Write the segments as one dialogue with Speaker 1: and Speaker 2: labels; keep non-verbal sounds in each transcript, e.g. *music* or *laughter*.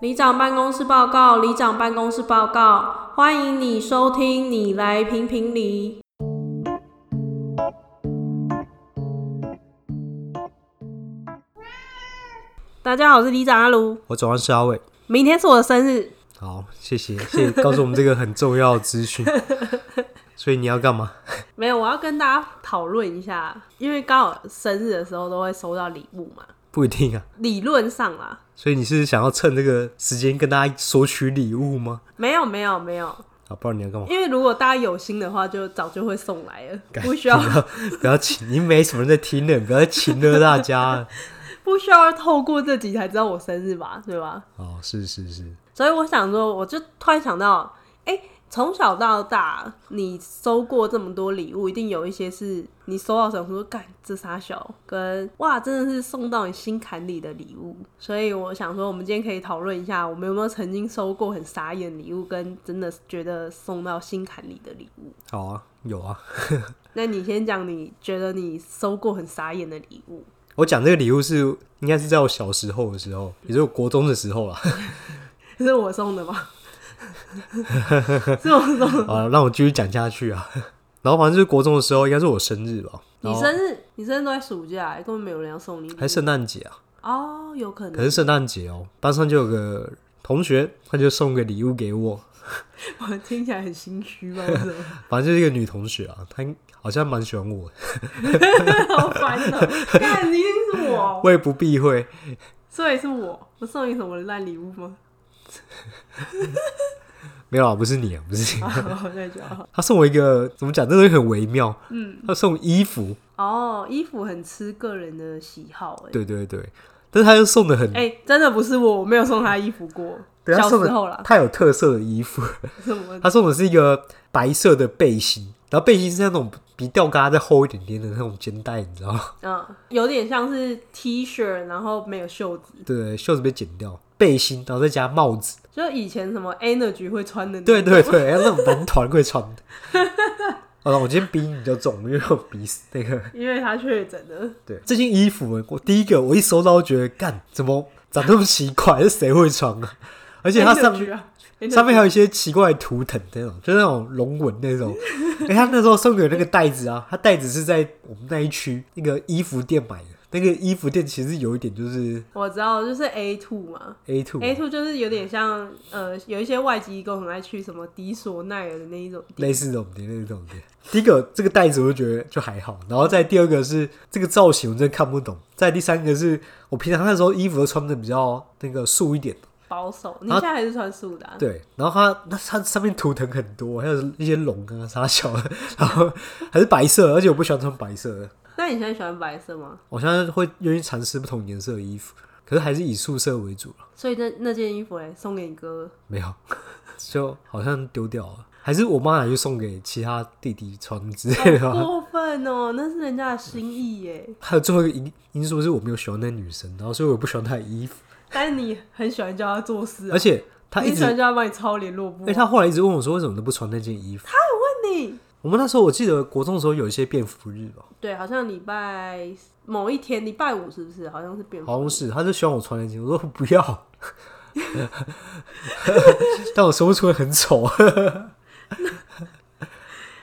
Speaker 1: 里长办公室报告，里长办公室报告，欢迎你收听，你来评评理。大家好，我是里长阿卢，
Speaker 2: 我转换是阿伟。
Speaker 1: 明天是我的生日，
Speaker 2: 好，谢谢，谢谢告诉我们这个很重要的
Speaker 1: *laughs*
Speaker 2: 资讯。所以你要干嘛？
Speaker 1: 没有，我要跟大家讨论一下，因为刚好生日的时候都会收到礼物嘛，
Speaker 2: 不一定啊。
Speaker 1: 理论上啦，
Speaker 2: 所以你是想要趁这个时间跟大家索取礼物吗？
Speaker 1: 没有没有没有，
Speaker 2: 啊，不然你
Speaker 1: *laughs*
Speaker 2: 要干嘛？
Speaker 1: 因为如果大家有心的话，就早就会送来了，
Speaker 2: 干
Speaker 1: 不需要
Speaker 2: 不要不要请，你没什么人在听的，不要再请了大家了。
Speaker 1: 不需要透过这集才知道我生日吧，对吧？
Speaker 2: *laughs* 哦，是是是，
Speaker 1: 所以我想说，我就突然想到，哎、从小到大，你收过这么多礼物，一定有一些是你收到想说，干这傻小，跟哇，真的是送到你心坎里的礼物。所以我想说，我们今天可以讨论一下，我们有没有曾经收过很傻眼礼物，跟真的觉得送到心坎里的礼物？
Speaker 2: 好啊，有啊。
Speaker 1: 那你先讲，你觉得你收过很傻眼的礼
Speaker 2: *laughs*
Speaker 1: 物？
Speaker 2: 我讲这个礼物是应该是在我小时候的时候，也就是我国中的时候啊
Speaker 1: *laughs*
Speaker 2: 啦。
Speaker 1: 是我送的
Speaker 2: *laughs*
Speaker 1: 吗？ *laughs* 是我送的。
Speaker 2: 啊，让我继续讲下去啊。然后反正就是国中的时候，应该是我生日吧，
Speaker 1: 你生日，你生日都在暑假，哎根本没有人要送你礼物。
Speaker 2: 还是圣诞节啊？
Speaker 1: 哦，有可
Speaker 2: 可
Speaker 1: 能。
Speaker 2: 是圣诞节哦，班上就有个同学，他就送个礼物给我，
Speaker 1: 我听起来很心虚吧？为什么？ *laughs*
Speaker 2: 反正就是一个女同学啊，她好像蛮喜欢我的，
Speaker 1: 好烦哦、看，你一定是我，
Speaker 2: 我也不避讳。
Speaker 1: 所以是我。我送你什么烂礼物吗？ *laughs*
Speaker 2: 没有啊，不是你啊，不是你，
Speaker 1: 哦，那就好。
Speaker 2: 他送我一个怎么讲，这东西很微妙。嗯，他送衣服，
Speaker 1: 哦，衣服很吃个人的喜好哎、
Speaker 2: 对对对，但是他又送的很，
Speaker 1: 哎、真的不是我，我没有送他衣服过。
Speaker 2: 对他
Speaker 1: 小
Speaker 2: 送
Speaker 1: 时候
Speaker 2: 的
Speaker 1: 啦，
Speaker 2: 太有特色的衣服，
Speaker 1: 什么？
Speaker 2: 他送的是一个白色的背心，然后背心是那种比吊嘎再厚一点点的那种肩带，你知道吗？
Speaker 1: 嗯，有点像是 T 恤，然后没有袖子，
Speaker 2: 对，袖子被剪掉，背心，然后再加帽子，
Speaker 1: 就以前什么 Energy 会穿的那
Speaker 2: 对
Speaker 1: 种。
Speaker 2: 对对，哎要那种男团会穿的。 *laughs* 好了，我今天鼻音比较重，因为我鼻屎那个。
Speaker 1: 因为他确诊了。
Speaker 2: 对，这件衣服我第一个我一收到，觉得干怎么长那么奇怪， *laughs* 是谁会穿啊？而且它上
Speaker 1: Energy 啊
Speaker 2: 上面还有一些奇怪的图腾，那种就是那种龙纹那种。 *laughs* 哎、他那时候送给我那个袋子啊，他袋子是在我们那一区那个衣服店买的。那个衣服店其实有一点就是
Speaker 1: 我知道，就是 A two 嘛。
Speaker 2: A two
Speaker 1: A two 就是有点像呃，有一些外籍义工很爱去什么迪索奈尔的那一种地
Speaker 2: 类似这种店，类似这种店。第一个这个袋子我就觉得就还好，然后再第二个是这个造型我真的看不懂，再第三个是我平常那时候衣服都穿的比较那个素一点，
Speaker 1: 保守。你
Speaker 2: 啊
Speaker 1: 现在还是穿素的、啊，
Speaker 2: 对，然后它那它上面图腾很多，还有一些龙啊啥小的，然后还是白色，而且我不喜欢穿白色的，
Speaker 1: 那你现在喜欢白色吗？
Speaker 2: 我现在会愿意尝试不同颜色的衣服，可是还是以素色为主了，
Speaker 1: 所以那那件衣服哎、送给你哥，
Speaker 2: 没有， *laughs* 就好像丢掉了，还是我妈拿去送给其他弟弟穿之类的吧。
Speaker 1: 过分哦、那是人家的心意
Speaker 2: *laughs*
Speaker 1: 耶。
Speaker 2: 还有最后一个因因素是我没有喜欢那女生，然后所以我不喜欢她的衣服，
Speaker 1: 但是你很喜欢叫他做事、啊
Speaker 2: 而，且她
Speaker 1: 你
Speaker 2: 一
Speaker 1: 很
Speaker 2: 直，
Speaker 1: 喜欢
Speaker 2: 哎、
Speaker 1: 叫他帮你抄联络簿啊。
Speaker 2: 她后来一直问我说为什么都不穿那件衣服。
Speaker 1: 问你，
Speaker 2: 我们那时候我记得国中的时候有一些便服日吧，
Speaker 1: 对，好像礼拜某一天，礼拜五是不是？好像是变。
Speaker 2: 好像是，她就希望我穿那件，我说不要， *laughs* 但我说不出来很丑啊。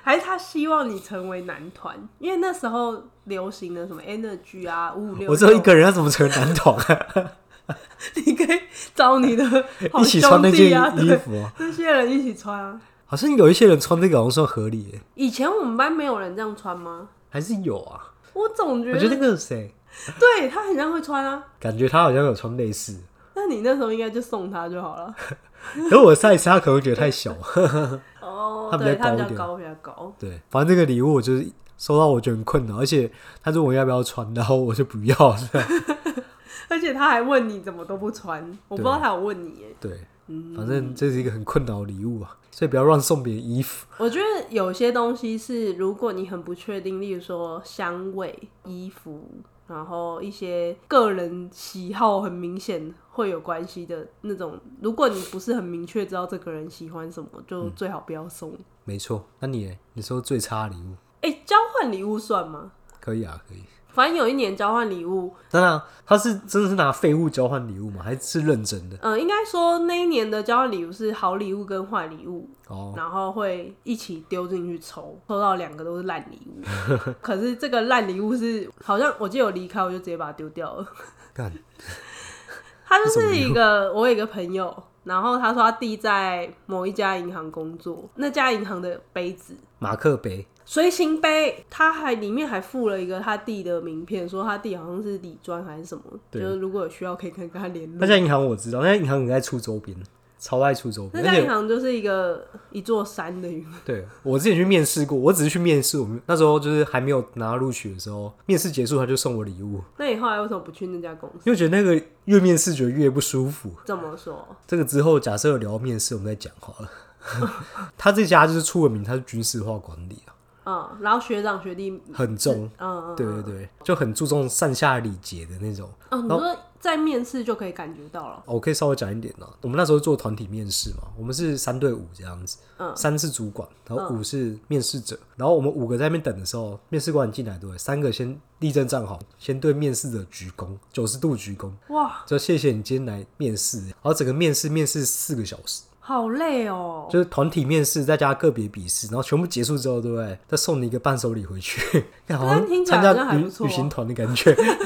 Speaker 1: 还是他希望你成为男团，因为那时候流行的什么 Energy 啊，五五六，
Speaker 2: 我只有一个人，要怎么成为男团啊？
Speaker 1: *laughs* 你可以找你的好
Speaker 2: 一起穿那
Speaker 1: 兄
Speaker 2: 件
Speaker 1: 弟啊，
Speaker 2: 衣
Speaker 1: 对，
Speaker 2: 服啊、
Speaker 1: 这些人一起穿啊。
Speaker 2: 好像有一些人穿这个好像算合理耶，
Speaker 1: 以前我们班没有人这样穿吗？
Speaker 2: 还是有啊。
Speaker 1: 我总觉
Speaker 2: 我
Speaker 1: 得，
Speaker 2: 觉得那个谁，
Speaker 1: 对他很像会穿啊。
Speaker 2: 感觉他好像有穿类似，
Speaker 1: 那你那时候应该就送他就好了。
Speaker 2: 可是我的 size 他可能觉得太小。啊
Speaker 1: 哦，
Speaker 2: 他比较
Speaker 1: 对，他比
Speaker 2: 高
Speaker 1: 较
Speaker 2: 一点
Speaker 1: 高，比较高。
Speaker 2: 对，反正这个礼物我就是收到，我觉得很困扰，而且他问我要不要穿，然后我就不要了。
Speaker 1: 而且他还问你怎么都不穿，我不知道他有问你耶。
Speaker 2: *laughs* 对，反正这是一个很困扰的礼物啊，所以不要乱送别人衣服。
Speaker 1: 我觉得有些东西是，如果你很不确定，例如说香味、衣服，然后一些个人喜好很明显会有关系的那种，如果你不是很明确知道这个人喜欢什么，就最好不要送。
Speaker 2: 没错，那你耶你收最差的礼物
Speaker 1: 哎、交换礼物算吗？
Speaker 2: 可以啊，可以。
Speaker 1: 反正有一年交换礼物，
Speaker 2: 真的啊，他是真的是拿废物交换礼物吗？还是认真的？
Speaker 1: 呃，应该说那一年的交换礼物是好礼物跟坏礼物，
Speaker 2: 哦，
Speaker 1: 然后会一起丢进去抽，抽到两个都是烂礼物。 *laughs* 可是这个烂礼物是好像我记得我离开我就直接把它丢掉了。 *laughs*
Speaker 2: 干，
Speaker 1: 他就是一个我有一个朋友，然后他说他弟在某一家银行工作，那家银行的杯子。
Speaker 2: 马克杯
Speaker 1: 随行杯，他还里面还附了一个他弟的名片，说他弟好像是理专还是什么，就
Speaker 2: 对
Speaker 1: 是如果有需要可以跟跟他联
Speaker 2: 那
Speaker 1: 络。
Speaker 2: 家银行我知道，那家银行很爱出周边，超爱出周
Speaker 1: 那
Speaker 2: 边。而
Speaker 1: 家银
Speaker 2: 且
Speaker 1: 行就是一个一座山的云，
Speaker 2: 对我之前去面试过，我只是去面试，我们那时候就是还没有拿到录取的时候，面试结束他就送我礼物，
Speaker 1: 那你后来为什么不去那家公司？
Speaker 2: 因为我觉得那个越面试觉得越不舒服。
Speaker 1: 怎么说？
Speaker 2: 这个之后假设有聊到面试，我们再讲好了。 *laughs* 他这家就是出了名，他是军事化管理啊，
Speaker 1: 嗯，然后学长学弟，
Speaker 2: 很重，
Speaker 1: 嗯，
Speaker 2: 对对对，就很注重上下礼节的那种。
Speaker 1: 哦，你说在面试就可以感觉到了，
Speaker 2: 哦我可以稍微讲一点呢、我们那时候做团体面试嘛，我们是三对五这样子，
Speaker 1: 嗯
Speaker 2: 三是主管，然后五是面试者，然后我们五个在那边等的时候，面试官进来对不对，三个先立正站好，先对面试者鞠躬，九十度鞠躬，
Speaker 1: 哇，
Speaker 2: 就谢谢你今天来面试，然后整个面试面试四个小时，
Speaker 1: 好累哦。
Speaker 2: 就是团体面试再加个别笔试，然后全部结束之后，对不对？再送你一个伴手礼回去， *laughs* 看好
Speaker 1: 听
Speaker 2: 像
Speaker 1: 起来
Speaker 2: 参
Speaker 1: 好像
Speaker 2: 加
Speaker 1: 还
Speaker 2: 旅
Speaker 1: 不错哦
Speaker 2: 旅行团的感觉。 *laughs*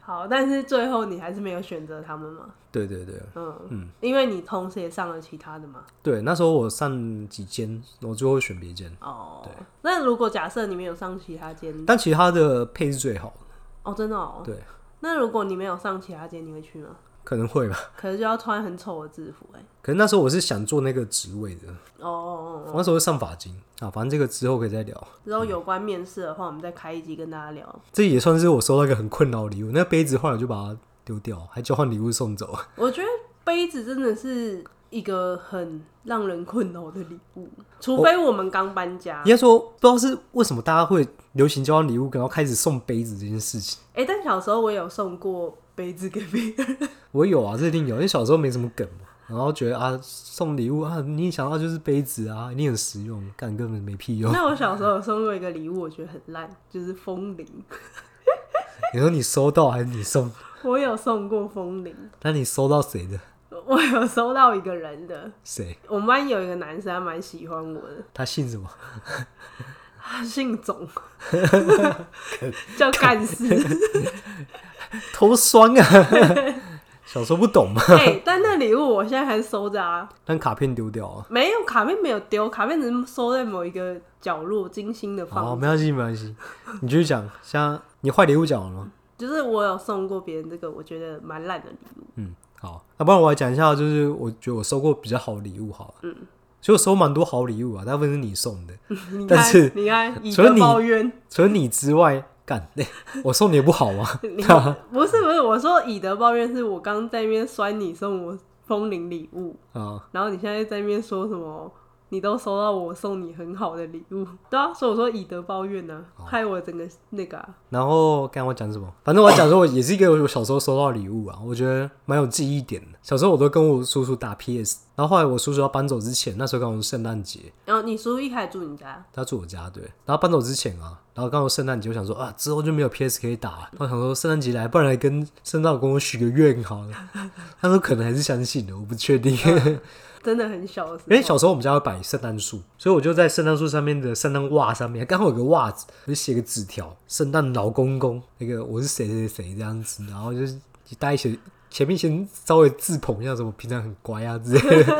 Speaker 1: 好，但是最后你还是没有选择他们嘛？
Speaker 2: 对对对
Speaker 1: 嗯嗯，因为你同时也上了其他的嘛。
Speaker 2: 对，那时候我上几间，我最后选别间，
Speaker 1: 哦，那如果假设你没有上其他间，
Speaker 2: 但其实它的配是最好的，
Speaker 1: 哦，真的哦。
Speaker 2: 对，
Speaker 1: 那如果你没有上其他间，你会去吗？
Speaker 2: 可能会吧。
Speaker 1: 可是就要穿很丑的制服哎、
Speaker 2: 可能那时候我是想做那个职位的，
Speaker 1: 哦哦哦
Speaker 2: 我那时候是上法经啊，反正这个之后可以再聊。
Speaker 1: 哦，之后有关面试的话，我们再开一集跟大家聊。
Speaker 2: 这也算是我收到一个很困扰的礼物，那个杯子后来我就把它丢掉，还交换礼物送走。 *laughs*
Speaker 1: 我觉得杯子真的是一个很让人困扰的礼物，除非我们刚搬家。
Speaker 2: 应该说，不知道是为什么大家会流行交换礼物，然后开始送杯子这件事情。
Speaker 1: 哎、但小时候我有送过杯子给别人， *laughs*
Speaker 2: 我有啊，这一定有，因为小时候没什么梗嘛，然后觉得啊，送礼物啊，你想到就是杯子啊，一定很实用，干根本没屁
Speaker 1: *laughs*
Speaker 2: 用。
Speaker 1: 那我小时候有送过一个礼物，我觉得很烂，就是风铃。
Speaker 2: 你说你收到还是你送？
Speaker 1: 我有送过风铃，
Speaker 2: 那你收到谁的？
Speaker 1: 我有收到一个人的。
Speaker 2: 谁？
Speaker 1: 我们班有一个男生，还蛮喜欢我的，
Speaker 2: 他姓什么？
Speaker 1: 他姓总， *laughs* 叫干事。
Speaker 2: 头酸啊！ *laughs* 小时候不懂嘛，
Speaker 1: *laughs* 哎、但那礼物我现在还收着啊，
Speaker 2: 但卡片丢掉啊。
Speaker 1: 没有卡片没有丢，卡片只是收在某一个角落，精心的放
Speaker 2: 好，
Speaker 1: 着
Speaker 2: 没关系，没关系，你继续讲。像你坏礼物讲完了吗？
Speaker 1: 就是我有送过别人这个，我觉得蛮烂的礼物。
Speaker 2: 嗯，好，那不然我来讲一下，就是我觉得我收过比较好的礼物好了。嗯，其实我收蛮多好礼物啊，大部分是你送
Speaker 1: *laughs*
Speaker 2: 的，
Speaker 1: 你
Speaker 2: 但是
Speaker 1: 看，你看，以
Speaker 2: 除了
Speaker 1: 德
Speaker 2: 你
Speaker 1: 报
Speaker 2: *laughs*
Speaker 1: 怨，
Speaker 2: 除了你之外，干， *laughs* 欸我送你也不好啊吗？
Speaker 1: 你
Speaker 2: *laughs*
Speaker 1: 不是不是，我说以德报怨是我刚在那边酸你送我风铃礼物，
Speaker 2: 啊，
Speaker 1: 然后你现在在那边说什么？你都收到我送你很好的礼物， *laughs* 对啊，所以我说以德报怨呢、
Speaker 2: 哦
Speaker 1: 啊，害我整个那个、啊、
Speaker 2: 然后刚我讲什么？反正我要讲说，我也是一个我小时候收到的礼物啊，我觉得蛮有记忆点的。小时候我都跟我叔叔打 PS，然后后来我叔叔要搬走之前，那时候刚好是圣诞节，
Speaker 1: 然后哦你叔一开始住你家，
Speaker 2: 他住我家对，然后搬走之前啊，然后刚好圣诞节，我想说啊，之后就没有 PS 可以打了，然后想说圣诞节来，不然来跟圣诞老公公许个愿好了。他说可能还是相信的，我不确定，因
Speaker 1: 真的很小的时候，
Speaker 2: 为小时候我们家会摆圣诞树，所以我就在圣诞树上面的呃圣诞袜上面，刚好有个袜子，我就写个纸条，圣诞老公公，那个我是谁谁谁这样子，然后就是大家写。前面先稍微自捧一下，什么平常很乖啊之类的，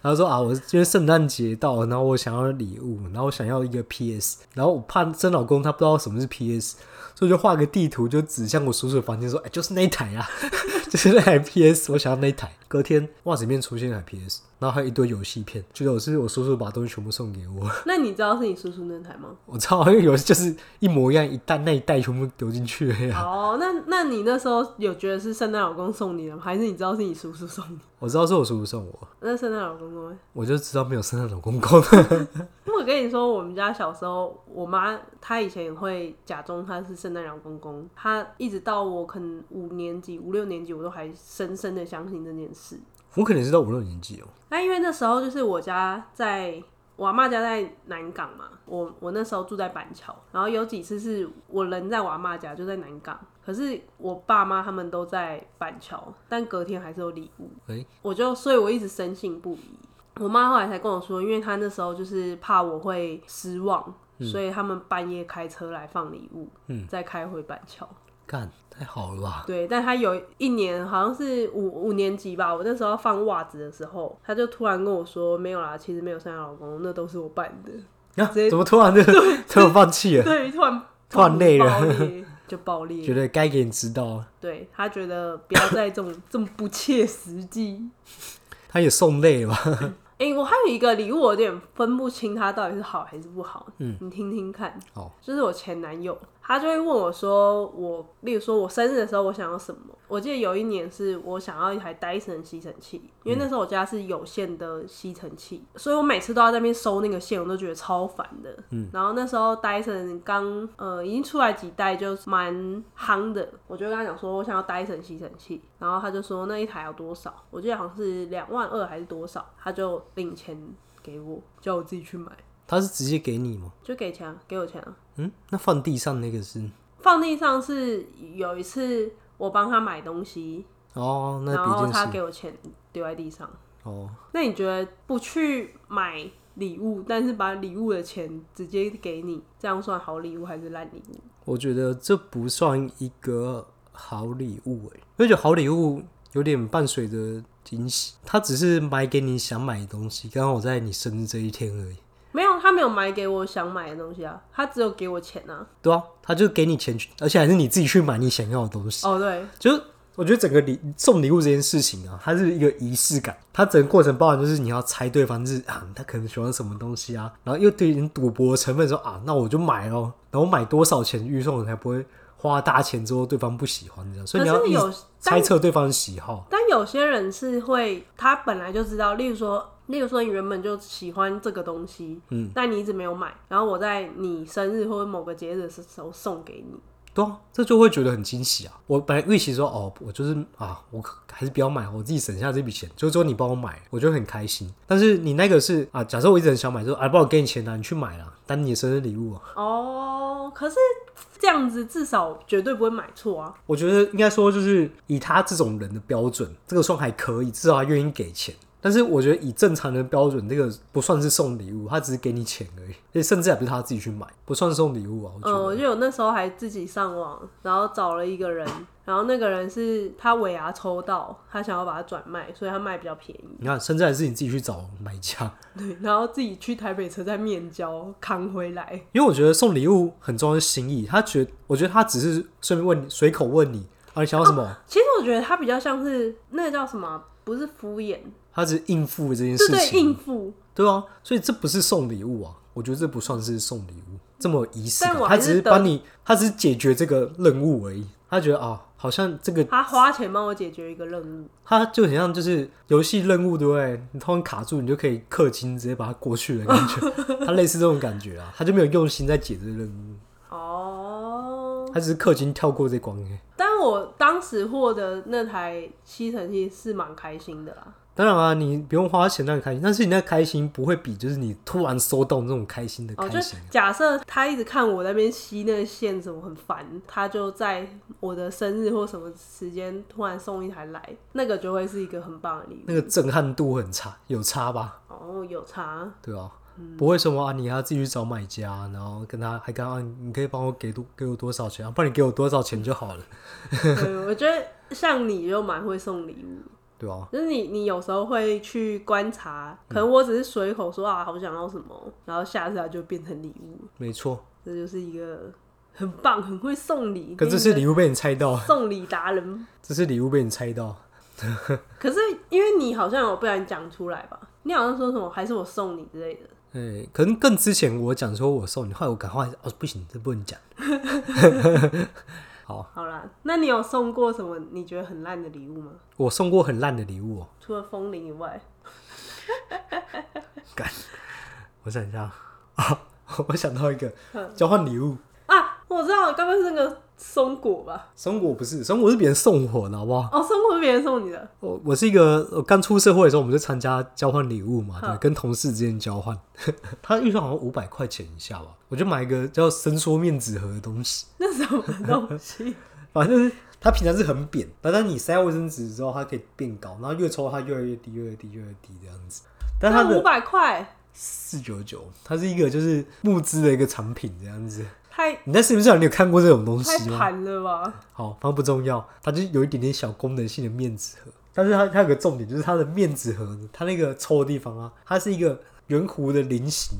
Speaker 2: 然后说啊，我因为圣诞节到了，然后我想要礼物，然后我想要一个 PS，然后我怕真老公他不知道什么是 PS，所以我就画个地图，就指向我叔叔的房间说，哎、就是那一台啊， *laughs* 就是那台 PS，我想要那一台。隔天袜子里面出现一台 PS，然后还有一堆游戏片，觉得我是我叔叔把东西全部送给我，
Speaker 1: *laughs*
Speaker 2: *laughs*
Speaker 1: 那你知道是你叔叔那台吗？
Speaker 2: 我操，因为游戏就是一模一样，一袋那一袋全部丢进去啊了呀。
Speaker 1: 哦，那那你那时候有觉得是圣诞老公送你的吗？还是你知道是你叔叔送你？
Speaker 2: 我知道是我叔叔送我，
Speaker 1: *laughs* 那圣诞老公公呢，
Speaker 2: 我就知道没有圣诞老公 *laughs* 公。
Speaker 1: 我跟你说，我们家小时候，我妈她以前也会假装她是圣诞老公公，她一直到我可能五年级、五六年级，我都还深深的相信这件事。
Speaker 2: 我可能是到五六年级哦、
Speaker 1: 那因为那时候就是我家在我阿妈家在南港嘛，我我那时候住在板桥，然后有几次是我人在我阿妈家，就在南港，可是我爸妈他们都在板桥，但隔天还是有礼物，
Speaker 2: 哎、
Speaker 1: 我就所以我一直深信不疑。我妈后来才跟我说，因为她那时候就是怕我会失望，所以他们半夜开车来放礼物，
Speaker 2: 嗯
Speaker 1: 再开回板桥。
Speaker 2: 干太好了吧？
Speaker 1: 对，但他有一年好像是五五年级吧，我那时候放袜子的时候，他就突然跟我说：“没有啦，其实没有圣诞老公，那都是我扮的。 *laughs*
Speaker 2: 啊、
Speaker 1: 直接
Speaker 2: 怎么突然就 *laughs* 突然放弃”了？
Speaker 1: 对，突然
Speaker 2: *laughs* 突然累了
Speaker 1: 爆
Speaker 2: *laughs*
Speaker 1: 裂，就爆裂。
Speaker 2: 觉得该给你知道了，
Speaker 1: 对他觉得不要再这种 *laughs* 这么不切实际。
Speaker 2: 他也送累了
Speaker 1: *laughs*
Speaker 2: 吧？
Speaker 1: 哎、我还有一个礼物，我有点分不清它到底是好还是不好。嗯，你听听看。
Speaker 2: 好，
Speaker 1: 就是我前男友，他就会问我说我，例如说我生日的时候我想要什么。我记得有一年是我想要一台戴森吸尘器，因为那时候我家是有线的吸尘器，所以我每次都要在那边收那个线，我都觉得超烦的。嗯，然后那时候戴森刚呃已经出来几代，就是蛮夯的。我就跟他讲说我想要戴森吸尘器，然后他就说那一台要多少？我记得好像是两万二还是多少，他就领钱给我，叫我自己去买，
Speaker 2: 他是直接给你吗？
Speaker 1: 就给钱啊，给我钱啊。
Speaker 2: 嗯，那放地上那个是
Speaker 1: 放地上是有一次我帮他买东西，
Speaker 2: 哦，那
Speaker 1: 然
Speaker 2: 别
Speaker 1: 后
Speaker 2: 件
Speaker 1: 他
Speaker 2: 事
Speaker 1: 给我钱丢在地上。
Speaker 2: 哦，
Speaker 1: 那你觉得不去买礼物，但是把礼物的钱直接给你，这样算好礼物还是烂礼物？
Speaker 2: 我觉得这不算一个好礼物哎、而且好礼物有点伴随着惊喜，他只是买给你想买的东西，刚好在你生日这一天而已。
Speaker 1: 没有，他没有买给我想买的东西啊，他只有给我钱啊。
Speaker 2: 对啊，他就给你钱去，而且还是你自己去买你想要的东西。
Speaker 1: 哦，对，
Speaker 2: 就是我觉得整个礼送礼物这件事情啊，它是一个仪式感，它整个过程包含就是你要猜对方是啊，他可能喜欢什么东西啊，然后又对人赌博的成分说啊，那我就买咯，然后买多少钱预算我才不会花大钱之后对方不喜欢这样，所以
Speaker 1: 可
Speaker 2: 你要
Speaker 1: 是
Speaker 2: 一
Speaker 1: 有
Speaker 2: 直猜测对方的喜好。
Speaker 1: 但有些人是会，他本来就知道，例如说，例如说你原本就喜欢这个东西，嗯，但你一直没有买，然后我在你生日或者某个节日的时候送给你，
Speaker 2: 对啊，这就会觉得很惊喜啊！我本来预期说，哦，我就是啊，我可还是不要买，我自己省下这笔钱，就说你帮我买，我就很开心。但是你那个是啊，假设我一直很想买，说啊，不然我给你钱啦，你去买啦，当你的生日礼物啊。
Speaker 1: 哦，可是这样子至少绝对不会买错啊。
Speaker 2: 我觉得应该说，就是以他这种人的标准，这个算还可以，至少他愿意给钱。但是我觉得以正常人的标准，这个不算是送礼物，他只是给你钱而已，而且甚至还不是他自己去买，不算送礼物啊。我觉
Speaker 1: 嗯，
Speaker 2: 得，
Speaker 1: 我就有那时候还自己上网，然后找了一个人，然后那个人是他尾牙抽到，他想要把它转卖，所以他卖比较便
Speaker 2: *laughs*
Speaker 1: 宜。
Speaker 2: 你看，甚至还是你自己去找买家，
Speaker 1: 对，然后自己去台北车站面交扛回来。
Speaker 2: 因为我觉得送礼物很重要的是心意。他觉，我觉得他只是顺便问你，随口问你啊，你想要什么，
Speaker 1: 其实我觉得他比较像是那个叫什么啊，不是敷衍，
Speaker 2: 他只是应付这件
Speaker 1: 是
Speaker 2: 事
Speaker 1: 对
Speaker 2: 情，
Speaker 1: 应付。
Speaker 2: 对啊，所以这不是送礼物啊，我觉得这不算是送礼物，这么有仪式感
Speaker 1: 但我，还
Speaker 2: 他
Speaker 1: 是
Speaker 2: 只是
Speaker 1: 得
Speaker 2: 帮你，他只是解决这个任务而已。他觉得啊，好像这个
Speaker 1: 他花钱帮我解决一个任务，
Speaker 2: 他就很像就是游戏任务，对不对？你突然卡住，你就可以氪金直接把它过去的感
Speaker 1: *laughs*
Speaker 2: 觉，他类似这种感觉啊，他就没有用心在解这个任务，
Speaker 1: 哦，
Speaker 2: 他只是氪金跳过这关而已。
Speaker 1: 但我当时获得那台吸尘器是蛮开心的啦。
Speaker 2: 当然啊，你不用花钱让你开心，但是你那开心不会比就是你突然收到那种开心的啊
Speaker 1: 哦，
Speaker 2: 开
Speaker 1: 就
Speaker 2: 心。
Speaker 1: 假设他一直看我在那边吸那个线，什么很烦，他就在我的生日或什么时间突然送一台来，那个就会是一个很棒的礼物。
Speaker 2: 那个震撼度很差，有差吧？
Speaker 1: 哦，有差，
Speaker 2: 对啊，不会什么啊，你还要自己去找买家，然后跟他还刚刚、啊、你可以帮我给多给我多少钱啊？不然你给我多少钱就好了，
Speaker 1: 对，我觉得像你就蛮会送礼物，
Speaker 2: 对啊，
Speaker 1: 就是你你有时候会去观察，可能我只是随口说啊，好想要什么，然后下次它就变成礼物，
Speaker 2: 没错，
Speaker 1: 这就是一个很棒、很会送礼，
Speaker 2: 可这次
Speaker 1: 跟一
Speaker 2: 礼物被你猜到
Speaker 1: 个，送礼达人。
Speaker 2: 这次礼物被你猜到，
Speaker 1: 可是因为你好像有不然讲出来吧，你好像说什么还是我送你之类的。
Speaker 2: 哎、可能更之前我讲说我送你，后来我赶快哦不行，这不能讲，好，
Speaker 1: 好啦，那你有送过什么你觉得很烂的礼物吗？
Speaker 2: 我送过很烂的礼物、哦，
Speaker 1: 除了风铃以外，
Speaker 2: *laughs* 我想一下啊，我想到一个交换礼物，
Speaker 1: 啊，我知道，该不会是那个松果吧？
Speaker 2: 松果不是，松果是别人送我的，好不好？
Speaker 1: 哦，松果是别人送你的，
Speaker 2: 我哦我是一个，我刚出社会的时候，我们就参加交换礼物嘛，对，
Speaker 1: 嗯
Speaker 2: 跟同事之间交换。 *laughs* 他预算好像五百块钱以下吧，我就买一个叫伸缩面纸盒的东西，
Speaker 1: 那什么东
Speaker 2: *laughs*
Speaker 1: 西？
Speaker 2: 反正就是它平常是很扁，但是你塞卫生纸之后，它可以变高，然后越抽它越来越低，越来越低，越来越低这样子。但它
Speaker 1: 那五
Speaker 2: 的
Speaker 1: 百块
Speaker 2: 四九九，它是一个就是募资的一个产品这样子。
Speaker 1: 太
Speaker 2: 你在市面上你有看过这种东
Speaker 1: 太
Speaker 2: 西吗？
Speaker 1: 盘了吧？
Speaker 2: 好，反正不重要，它就是有一点点小功能性的面纸盒，但是它它有个重点，就是它的面纸盒呢，它那个抽的地方啊，它是一个圆弧的菱形，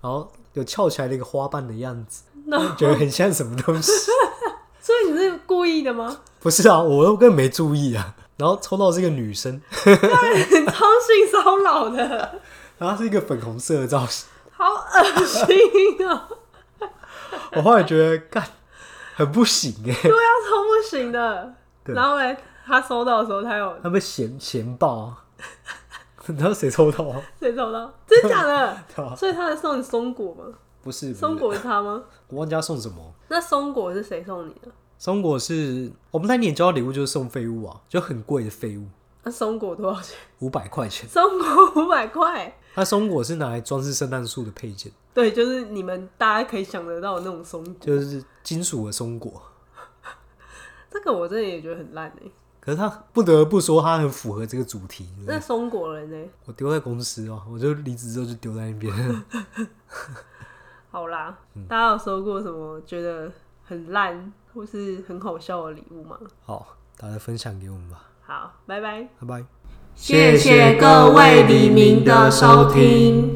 Speaker 2: 然后有翘起来的一个花瓣的样子，
Speaker 1: 那
Speaker 2: 觉得很像什么东西？ *laughs*
Speaker 1: 所以你是故意的吗？ *laughs*
Speaker 2: 不是啊，我又根本没注意啊。然后抽到的是一个女生，
Speaker 1: 很超性骚扰的，
Speaker 2: 然后它是一个粉红色的造型，
Speaker 1: 好恶心哦、
Speaker 2: 我后来觉得干很不行哎、
Speaker 1: 对啊，超不行的。
Speaker 2: 对
Speaker 1: 然后嘞，他收到的时候，他有
Speaker 2: 他被嫌嫌爆、啊， *laughs* 然后谁抽到、啊？
Speaker 1: 谁收到？ *laughs* 真的假的？
Speaker 2: 对啊，
Speaker 1: 所以他是送你松果 *laughs* 吗？
Speaker 2: 不是不是
Speaker 1: 松，果是他吗？
Speaker 2: 我忘记他送什么。
Speaker 1: 那松果是谁送你的？
Speaker 2: 松果是我们那年交换礼物就是送废物啊，就很贵的废物，
Speaker 1: 那松果多少钱？ *laughs*
Speaker 2: 五百块钱。
Speaker 1: 松果五百块。
Speaker 2: 那松果是拿来装饰圣诞树的配件，
Speaker 1: 对，就是你们大家可以想得到的那种松果。
Speaker 2: 就是金属的松果。
Speaker 1: 这个我真的也觉得很烂哎、
Speaker 2: 可是它不得不说，它很符合这个主题。
Speaker 1: 那松果人呢、
Speaker 2: 我丢在公司哦、我就离职之后就丢在那边。 *laughs*
Speaker 1: 好啦，大家有收过什么觉得很烂或是很好笑的礼物吗？
Speaker 2: 好，大家分享给我们吧，
Speaker 1: 好，拜拜。
Speaker 2: 拜拜。
Speaker 1: 谢谢各位黎明的收听。